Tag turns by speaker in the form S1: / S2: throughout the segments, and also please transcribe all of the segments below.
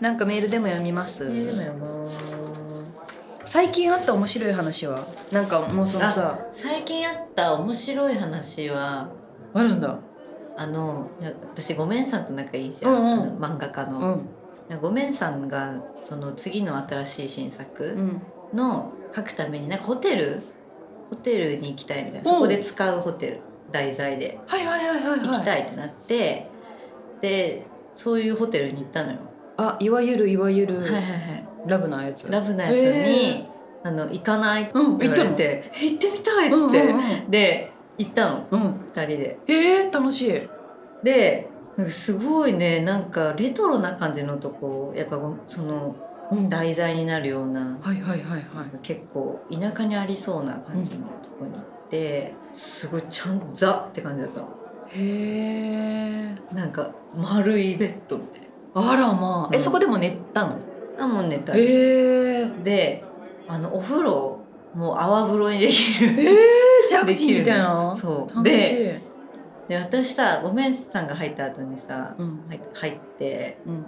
S1: なんかメールでも読みます
S2: メールでも読もう
S1: 最近あった面白い話はなんかもうそのさ
S2: あ最近あった面白い話は
S1: あるんだ
S2: あのいや私ごめんさんと仲いいじゃん、
S1: うんうん
S2: あの漫画家
S1: う
S2: の、
S1: ん
S2: ごめんさんがその次の新しい新
S1: う
S2: 作
S1: ん
S2: の書くためになんかホテルホテルに行きたいみたいな
S1: うん
S2: そこで使うホテル題材で
S1: はいはいはいはい、はい、
S2: 行きたいってなって、でそういうホテルに行ったのよ、
S1: あいわゆるいわゆる
S2: はいはいはい
S1: ラブなやつ
S2: ラブなやつに、
S1: え
S2: あの行かないって
S1: うん
S2: 言われて「行ってみたい」っつって、
S1: うんうんうん
S2: で行ったの
S1: うん
S2: 2人で。
S1: えー、楽しい
S2: でなんかすごいねなんかレトロな感じのとこやっぱごその
S1: うんはい
S2: 題材になるような
S1: はいはいはい
S2: 結構田舎にありそうな感じのとこに行って、すごいちゃんザって感じだったの
S1: へえ
S2: なんか丸いベッドみたい
S1: あらまあえ、
S2: うん
S1: そこでも寝たの
S2: なあもう寝た
S1: へえ
S2: であのお風呂もう泡風呂にできる
S1: えー、ジャグジーみたいな
S2: できるのそう
S1: 楽しい
S2: で私さごめんさんが入った後にさ、
S1: うん
S2: 入っ入って
S1: うん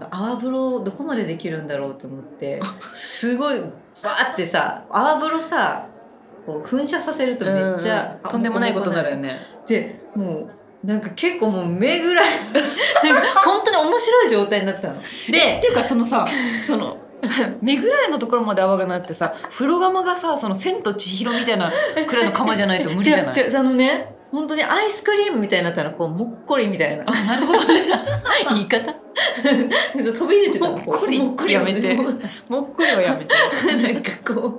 S2: なんか泡風呂どこまでできるんだろうと思ってすごいバーってさ泡風呂さこう噴射させるとめっちゃ、
S1: うんとんでもないことになるよね
S2: でもうなんか結構もう目ぐらいなんか本当に面白い状態になったの。
S1: っ
S2: で
S1: ていうかその さその目ぐらいのところまで泡がなってさ風呂釜がさその「千と千尋」みたいなくらいの釜じゃないと無理じゃない
S2: 違う違うあのね本当にアイスクリームみたいになったのこうもっこりみたいな
S1: なるほどね
S2: 言い方 飛び入れてたの
S1: もっこり
S2: もっこり
S1: やめて
S2: もう
S1: もっこりはやめて、
S2: なんかこう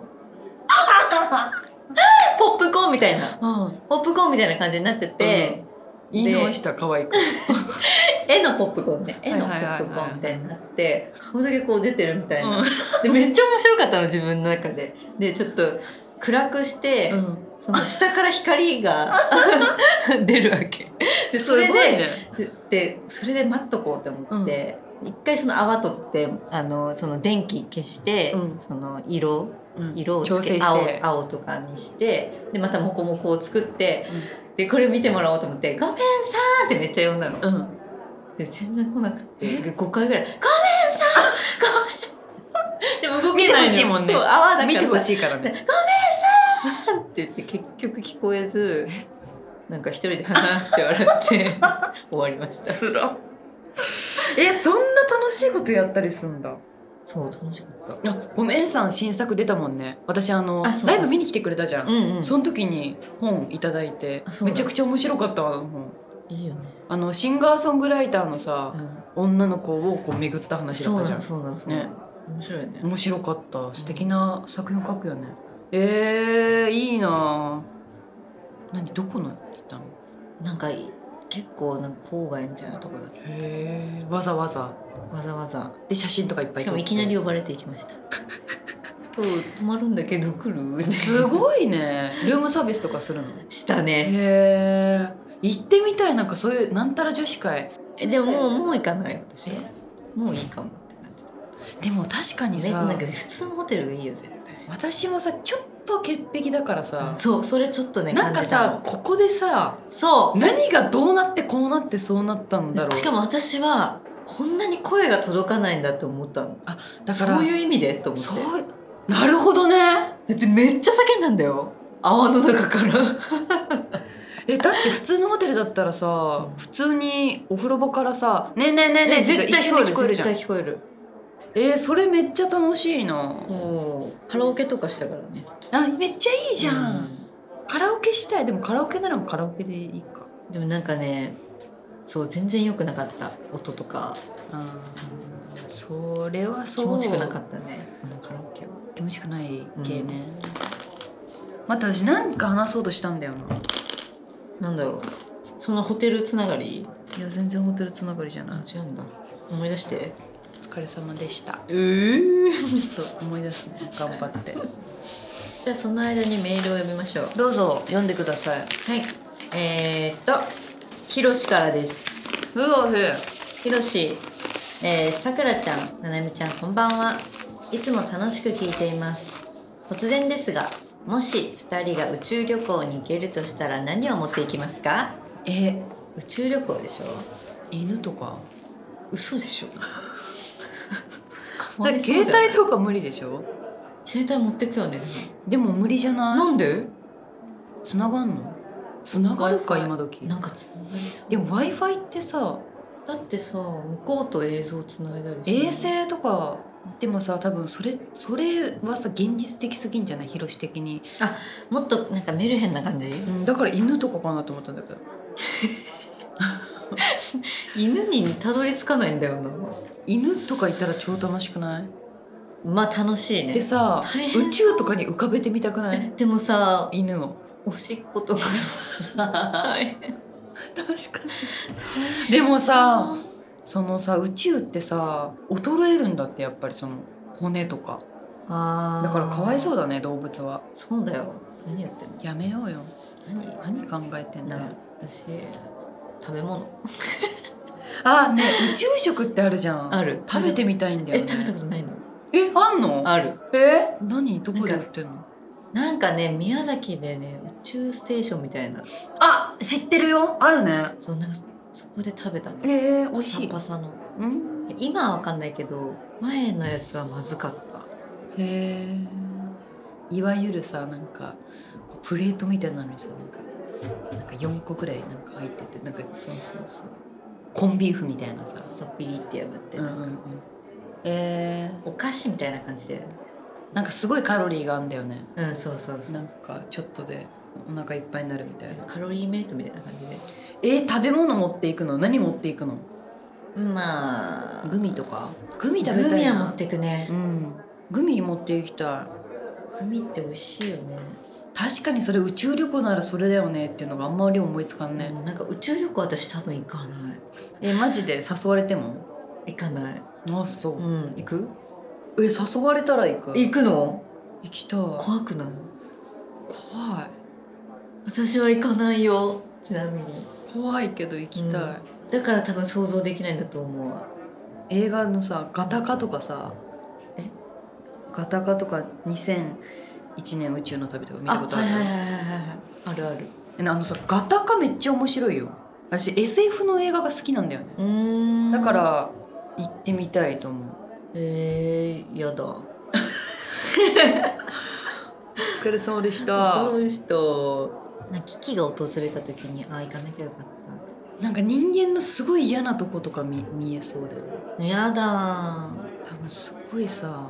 S2: ポップコーンみたいな
S1: うん、
S2: ポップコーンみたいな感じになってて、
S1: 言い直した可愛く
S2: 絵のポップコーンね絵のポ
S1: はいはいはい
S2: ッ
S1: はい
S2: プコーンみたいになって顔だけこう出てるみたいな、
S1: うん
S2: でめっちゃ面白かったの自分の中ででちょっと暗くして、
S1: うん
S2: その下から光 が出るわけでそれ
S1: すごい
S2: で
S1: ね
S2: でそれで待っとこうと思って、一回その泡取ってあのその電気消して、
S1: うん
S2: その色
S1: うん
S2: 色をつ
S1: 調整
S2: け青
S1: して
S2: 青とかにしてでまたモコモコを作って
S1: うん
S2: でこれ見てもらおうと思って「ごめんさーん!」ってめっちゃ呼んだの。
S1: うん
S2: で全然来なくて
S1: え
S2: で5回ぐらい「ごめんさーん ごめん!」でも動け
S1: 見
S2: な
S1: てほ
S2: いの
S1: しいもんね
S2: そう泡だから
S1: 見てほ
S2: い
S1: しいから ね
S2: って言って結局聞こえずなんか一人で「はな」って笑って 終わりました
S1: つらえそんな楽しいことやったりすんだ
S2: そう楽しかった
S1: あごめんさん新作出たもんね私あの
S2: あそうそう
S1: ライブ見に来てくれたじゃん、
S2: うんうん
S1: その時に本いただいて
S2: あそうな
S1: め
S2: の
S1: ちゃくちゃ面白かったわあの本
S2: いいよね、
S1: あのシンガーソングライターのさ
S2: う、ん、
S1: 女の子をこう巡った話だ
S2: そ
S1: っ
S2: う
S1: た
S2: な
S1: じゃん
S2: のそうなのそうなの
S1: ね
S2: 面白いね
S1: 面白かった素敵な作品を書くよねえー、いいなぁ何どこの行ったの
S2: なんかい結構なんか郊外みたいなところだった
S1: へえわざわざ
S2: わざわざ
S1: で写真とかいっぱい
S2: し
S1: 撮
S2: か
S1: っ
S2: も
S1: て
S2: いきなり呼ばれていき ました今日泊まるんだけど来る
S1: すごいねルームサービスとかするの
S2: した
S1: へ
S2: ね
S1: え行ってみたいなんかそういうなんたら女子会
S2: えでももうもう行かない私はもういいかもって感じだ
S1: でも確かに
S2: ね
S1: さ、
S2: なんか普通のホテルがいいよ絶対
S1: 私もさちょっと潔癖だからさ、
S2: そうそれちょっとね
S1: なんかさ
S2: 感じたの
S1: ここでさ
S2: そ
S1: 何がどうなってこうなってそうなったんだろ
S2: う
S1: う
S2: しかも私はこんなに声が届かないんだって思ったの
S1: だから
S2: そういう意味でと思って
S1: そうなるほどね
S2: だってめっちゃ叫んだんだよ泡の中から
S1: えだって普通のホテルだったらさ普通にお風呂場からさ「ねえ ねえねえねえ」って一瞬で聞こえるじ
S2: 絶
S1: ゃん
S2: 対聞こえる
S1: えー、それめっちゃ楽しいな
S2: もうカラオケとかしたからね
S1: あめっちゃいいじゃん、
S2: う
S1: カラオケしたいでもカラオケならカラオケでいいか
S2: でもなんかねそう全然良くなかった音とか
S1: あーそれはそ
S2: 気
S1: う
S2: 持ちよくなかったねあのカラオケは
S1: 気持ちよくない系ね、また私なんか話そうとしたんだよな
S2: なんだろうそのホテルつながり
S1: いや全然ホテルつながりじゃない
S2: 違うんだ思い出して
S1: お疲れ様でした
S2: えー、
S1: ちょっと思い出すね頑張って
S2: じゃあその間にメールを読みましょう
S1: どうぞ読んでください
S2: はいえー、っとひろしからです
S1: うわふ
S2: ひろしえーさくらちゃんななみちゃんこんばんはいつも楽しく聞いています突然ですがもし2人が宇宙旅行に行けるとしたら何を持っていきますか
S1: え
S2: 宇宙旅行でしょ
S1: 犬とか
S2: 嘘でしょ
S1: だから携帯とか無理でしょ
S2: 携帯持ってくよね
S1: でも無理じゃない
S2: なんで
S1: つながんのつながるか
S2: Wi-Fi
S1: 今時
S2: なんかつながりそう
S1: でも w i f i ってさ
S2: だってさ向こうと映像つないだりする
S1: 衛星とかでもさ多分それそれはさ現実的すぎんじゃない広し的に、
S2: もっとなんかメルヘンな感じ
S1: うん、だから犬とかかなと思ったんだけど
S2: 犬にたどり着かないんだよな
S1: 犬とかいたら超楽しくない、
S2: まあ楽しいね
S1: でさ
S2: 大変
S1: 宇宙とかに浮かべてみたくな
S2: え
S1: い
S2: でもさ
S1: 犬を
S2: おしっことか
S1: はい確かにでもさそのさ宇宙ってさ衰えるんだってやっぱりその骨とか
S2: あー
S1: だからかわいそうだね動物は
S2: そうだよ何やってんの
S1: やめようよ
S2: 何
S1: 何考えてんだ
S2: な
S1: よ
S2: 私食べ物
S1: あね宇宙食ってあるじゃん
S2: ある
S1: 食べてみたいんだ
S2: え
S1: よ、ね、
S2: 食べたことないの
S1: えあんの
S2: ある
S1: え何どこで売
S2: なん
S1: っ
S2: か
S1: てんの
S2: なんかね宮崎でね宇宙ステーションみたいな
S1: あ知ってるよあるね
S2: そうなんかそこで食べたの
S1: ええ美味
S2: サ
S1: しい
S2: ッパサの
S1: うん
S2: 今はわかんないけど前のやつはまずかった
S1: へえいわゆるさなんかこうプレートみたいなのにさなんかなんか4個ぐらいなんか入っててなんか
S2: そうそうそう
S1: コンビーフみたいなさ
S2: サピリってやぶって、
S1: うんうんうんえ
S2: お菓子みたいな感じで
S1: ー、なんかすごいカロリーがあるんだよね
S2: うんそうそうそう
S1: なんかちょっとでお腹いっぱいになるみたいな
S2: カロリーメイトみたいな感じで
S1: えー、食べ物持っていくの何持っていくの
S2: まあ
S1: グミとかグミ食べたいな
S2: グミは持ってくね
S1: うんグミ持っていきたい
S2: グミって美味しいよね
S1: 確かにそれ宇宙旅行ならそれだよねっていうのがあんまり思いつかんね、
S2: うんなんか宇宙旅行私多分行かない
S1: えマジで誘われても
S2: 行かない
S1: あそう
S2: う、ん行く
S1: え誘われたら行く
S2: 行くの
S1: 行きたい怖
S2: 怖くない
S1: い
S2: 私は行かないよちなみに
S1: 怖いけど行きたい、
S2: うんだから多分想像できないんだと思うわ
S1: 映画のさ「ガタカ」とかさ
S2: え
S1: ガタカ」とか2001年宇宙の旅とか見たことある
S2: はいはいはいはいはいあるある
S1: えあのさ「ガタカ」めっちゃ面白いよ私 SF の映画が好きなんだよね
S2: うーん
S1: だから行ってみたいと思う
S2: えー、やだ
S1: お疲れ様でし
S2: 楽しそうなんか危機が訪れた時にあー行かなきゃよかっ
S1: なんか人間のすごい嫌なとことか見見えそうだよね
S2: たってやだ
S1: 多分すごいさなんか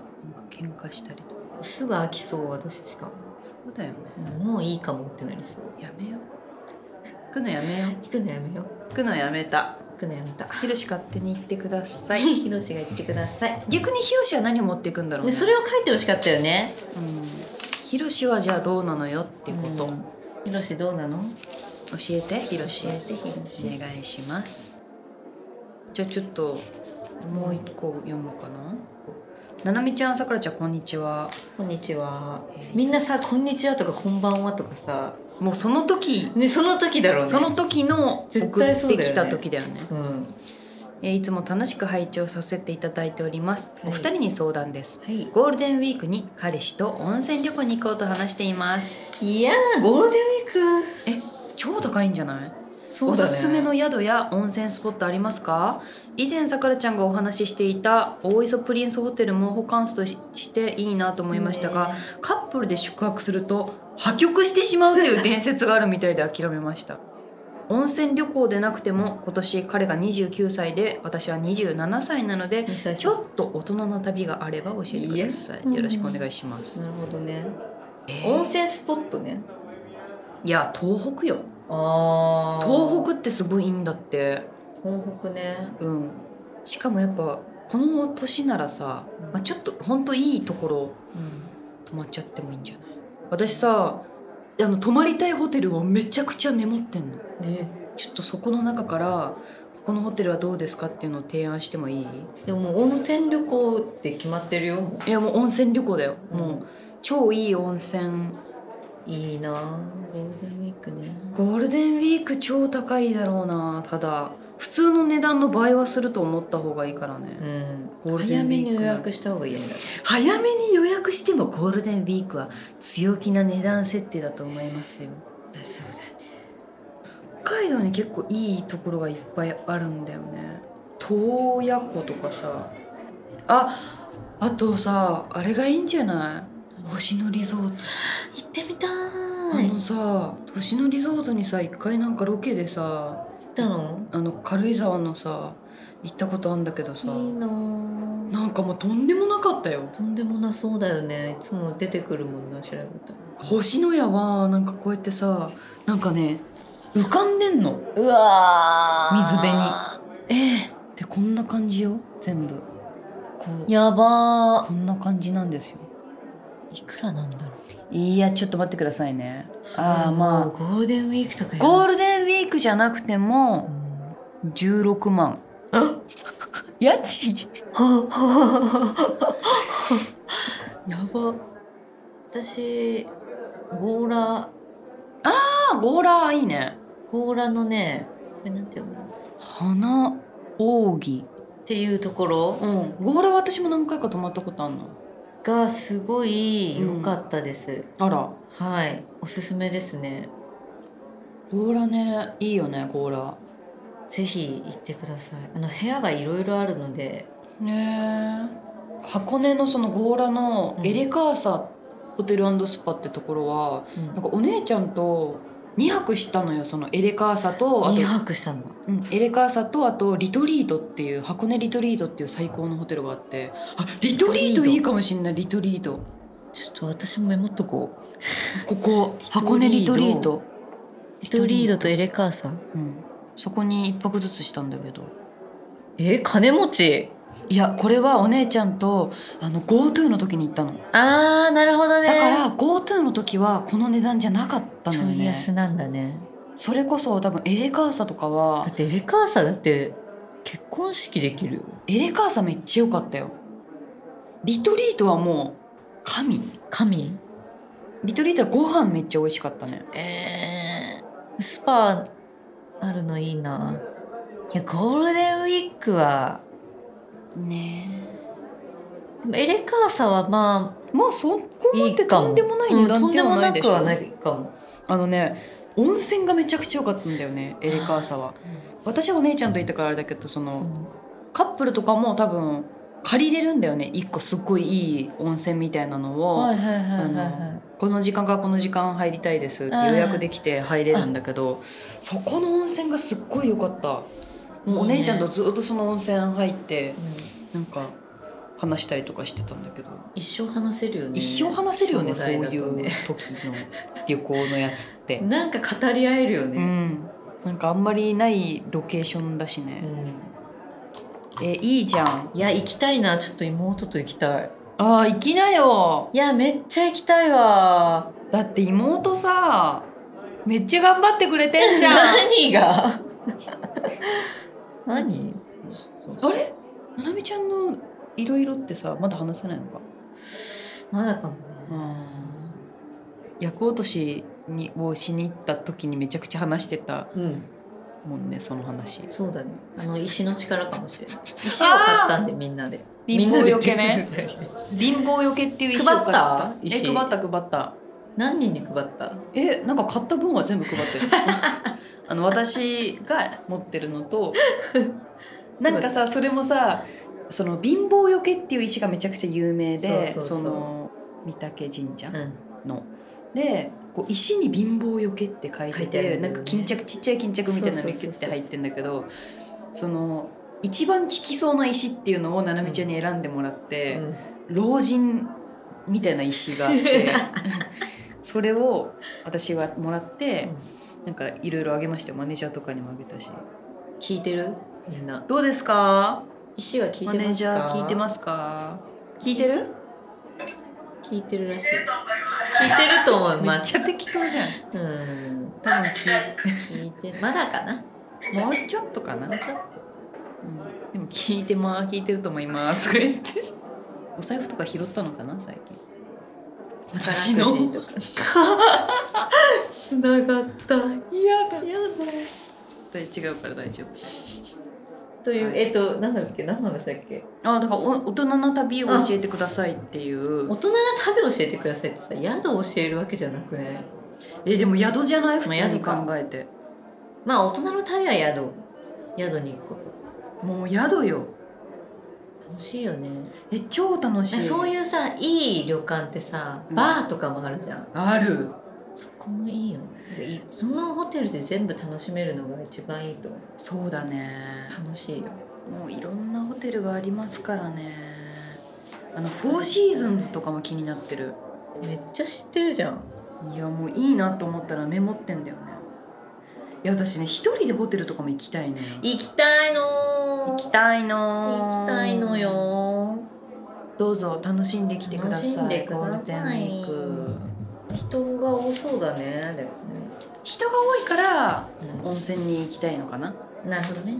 S1: 喧嘩したりとか
S2: ーすぐ飽きそう私しか
S1: そうだよね
S2: もういいかもってなりそう
S1: やめよう行くのやめよう
S2: 行くのやめよう
S1: 行くのやめた
S2: 行くのやめた
S1: ひろし勝手に行ってくだ さい
S2: ひろしが言ってください
S1: 逆にひろしは何を持っていくんだろう
S2: ね
S1: ね
S2: それを書いてほしかったよね
S1: うんひろしはじゃあどうなのよってこと、
S2: うんひろしどうなの
S1: 教えてひろし
S2: 教えてひろし
S1: お願いしますじゃあちょっともう一個読むかなななみちゃんさくらちゃんこんにちは
S2: こんにちは
S1: えー
S2: みんなさ「こんにちは」とか「こんばんは」とかさ
S1: もうその時
S2: ねその時だろうね
S1: その時の送
S2: 絶
S1: っ
S2: 対そう
S1: て
S2: だよね
S1: きた時だよね
S2: うんは
S1: えーいつも楽しく拝聴させていただいております
S2: はい
S1: お二人に相談です、
S2: い
S1: ゴールデンウィークに彼氏と温泉旅行に行こうと話しています
S2: いやーゴールデンウィーク
S1: え超高いんじゃない
S2: そ
S1: おすすめの宿や温泉スポットありますか以前さくらちゃんがお話ししていた大磯プリンスホテルもホカンスとししていいなと思いましたが、
S2: ね
S1: カップルで宿泊すると破局してしまうという伝説があるみたいで諦めました温泉旅行でなくても今年彼が29歳で私は27歳なので
S2: 二歳差
S1: ちょっと大人の旅があれば教えてくださ
S2: い
S1: い
S2: や
S1: よろしくお願いします、
S2: なるほどね
S1: えー
S2: 温泉スポットね
S1: いや東北よ
S2: あ
S1: 東北ってすごいいいんだって
S2: 北東北ね
S1: うん、しかもやっぱこの年ならさ、まあ、ちょっとほんといいところ
S2: うん
S1: 泊まっちゃってもいいんじゃない私さあの泊まりたいホテルをめちゃくちゃメモってんの
S2: ね
S1: ちょっとそこの中からここのホテルはどうですかっていうのを提案してもいい
S2: でももう温泉旅行って決まってるよも
S1: いやもう温泉旅行だよ、
S2: うん
S1: もう超いい温泉
S2: ういいなーゴールデンウィークね
S1: ゴールデンウィーク超高いだろうなただ普通の値段の倍はすると思った方がいいからね、
S2: うん
S1: ゴールデンウ
S2: 早
S1: ィーク
S2: めに予約した方がいいんだ
S1: 早めに予約してもゴールデンウィークは強気な値段設定だと思いますよ
S2: そうだね
S1: 北海道に結構いいところがいっぱいあるんだよね洞爺湖とかさああとさあれがいいんじゃない星野リゾート、
S2: 行ってみた
S1: あ
S2: い
S1: の
S2: 行っ
S1: さ星野リゾートにさ一回なんかロケでさ
S2: たの
S1: あの軽井沢のさ行ったことあんだけどさ、
S2: いいなぁ
S1: なんかもうとんでもなかったよ
S2: とんでもなそうだよねいつも出てくるもんな調べた
S1: 星のやはなんかこうやってさなんかね浮かんでんの
S2: うわ
S1: ー水辺にええでこんな感じよ全部こう
S2: やば
S1: こんな感じなんですよ
S2: いくらなんだろう
S1: いやちょっと待ってくださいねああ
S2: も
S1: ま
S2: うゴールデンウィークとか
S1: あゴー
S2: ル
S1: ルデンウィークじゃなくても16万家賃
S2: やば私ゴーラ
S1: あゴーラーいいね
S2: ゴーラのねこれなんて読むのっ
S1: 花扇
S2: ていうところ
S1: うんゴーラーは私も何回か泊まったことあんの
S2: がすごい良かったです、
S1: あら
S2: はいおすすめですね
S1: ゴーラーねいいよねゴーラ
S2: ぜひ行ってくださいあの部屋がいろいろあるので
S1: ーねえ箱根のそのゴーラのエレカーサホテルスパってところは
S2: うん
S1: なんかお姉ちゃんと2泊したのよそのエレカーサとあと
S2: 二泊したんだ
S1: うん、エレカーサとあとリトリートっていう箱根リトリートっていう最高のホテルがあってあリトリートいいかもしんないリトリート
S2: ちょっと私もメモっとこう
S1: ここ
S2: リトリート
S1: 箱根リトリート
S2: リトリードとエレカーサ
S1: うん、そこに1泊ずつしたんだけど
S2: え金持ち
S1: いやこれはお姉ちゃんとあの GoTo の時に行ったの
S2: あーなるほどね
S1: だから GoTo の時はこの値段じゃなかった
S2: ち
S1: の
S2: ょ
S1: よ
S2: い
S1: ね
S2: 安なんだね
S1: それこそ多分エレカーサとかは
S2: だってエレカーサだって結婚式できるよ
S1: エレカーサめっちゃ良かったよリトリートはもう神
S2: 神
S1: リトリートはご飯めっちゃ美味しかったね
S2: えー、スパあるのいいないやゴールデンウィークは
S1: ねえ
S2: でもエレカーサはまあ
S1: まあそこ
S2: い
S1: ま
S2: い
S1: で
S2: かも
S1: とんでもない
S2: うん
S1: 値
S2: と
S1: 段
S2: ん
S1: で
S2: で
S1: は
S2: も
S1: な
S2: ない
S1: でし
S2: く
S1: ょ、
S2: はないかも
S1: あのね温泉がめちゃくちゃ良かったんだよねエレカーサは私はお姉ちゃんと行ったからあれだけどそ
S2: あーそうう
S1: の
S2: ん
S1: カップルとかも多分借りれるんだよね一個すっごいいい温泉みたいなのを、
S2: はいはいはい
S1: あ
S2: はいは
S1: のこの時間からこの時間入りたいですって
S2: あー
S1: 予約できて入れるんだけどそこの温泉がすっごい良かったもうお姉ちゃんとずっとその温泉入って
S2: い、うん
S1: なんか話したりとかしてたんだけど
S2: 一生話せるよね
S1: 一生話せるよねそう
S2: 兄弟だと
S1: いう
S2: ね
S1: 時の旅行のやつって、
S2: なんか語り合えるよ
S1: う
S2: ね、
S1: ん、なんかあんまりないロケーションだしね、
S2: うん
S1: えいいじゃん
S2: いや行きたいなちょっと妹と行きたい
S1: あー行きなよ
S2: いやめっちゃ行きたいわ
S1: だって妹さめっちゃ頑張ってくれてんじゃん
S2: 何 が何
S1: あれななみちゃんのいろいろってさまだ話せないのか
S2: まだかもね
S1: 役落としにをしに行った時にめちゃくちゃ話してた
S2: うん
S1: もんねその話
S2: そうだねあの石の力かもしれない石を買ったんでみんなでみんなで
S1: 貧乏よけね
S2: 手に入れたり
S1: 貧乏よけっていう石を買
S2: 配った
S1: え
S2: 石
S1: 配った配った
S2: 何人に配った
S1: えなんか買った分は全部配って るあの私が持ってるの となんかさそれもさその貧乏よけっていう石がめちゃくちゃ有名で
S2: そうそうそう
S1: の御嶽神社
S2: うん
S1: の。でこう石に貧乏よけって書い
S2: 書
S1: てて
S2: いてあるんだ
S1: なん
S2: よね
S1: か巾着ちっちゃい巾着みたいなのに
S2: そ
S1: キ
S2: うそうそうそう
S1: ュッて入ってんだけどその一番効きそうな石っていうのをななみちゃんに選んでもらって。
S2: うん
S1: 老人みたいな石があって それを私はもらってなんかいろいろあげましたよマネージャーとかにもあげたし
S2: 聞いてるみんな
S1: どうですか
S2: 石は聞い
S1: マ
S2: て
S1: ネー
S2: ます
S1: ジ
S2: か
S1: ャー聞いてますか聞いてる
S2: 聞いてるらしい聞いてると思い
S1: めっ
S2: ます
S1: ちゃ適当じゃん
S2: うん
S1: 多分聞い
S2: 聞い てまだかな
S1: もうちょっとかな、
S2: もうちょっと
S1: うんでも聞いてまー聞いてると思いますとか言ってお財布とか拾ったのかな最近私の
S2: 宝くじとかつながった
S1: 嫌だ
S2: や
S1: 絶対違うから大丈夫
S2: だというえっとなんだっけ何の話だっけ
S1: あだからお大人の旅を教えてくださいっていう
S2: 大人が旅を教えてくださいってさ宿を教えるわけじゃなくね
S1: えでも宿じゃない普
S2: まあ
S1: 通に
S2: 宿
S1: 考
S2: か
S1: えて
S2: まあ大人の旅は宿宿に行くこと
S1: もう宿よ
S2: 楽しいよね
S1: え超楽しい
S2: そういうさいい旅館ってさ
S1: うん
S2: バーとかもあるじゃん、
S1: ある
S2: そこもいいよねいそのホテルで全部楽しめるのが一番いいと思う
S1: そうだね
S2: 楽しいよ
S1: もういろんなホテルがありますからねあのフォーシーズンズとかも気になってる
S2: めっちゃ知ってるじゃん
S1: いやもういいなと思ったらメモってんだよねいや私ね一人でホテルとかも行きたいね
S2: 行きたいの
S1: 行きたいの
S2: 行き
S1: ー
S2: たいのよ
S1: どうぞ楽しんできてください
S2: 楽しんでください
S1: ゴールデンウィーク
S2: 人が多そうだねでもね
S1: 人が多いから
S2: う
S1: 温泉に行きたいのかな、
S2: んなるほどね
S1: うん、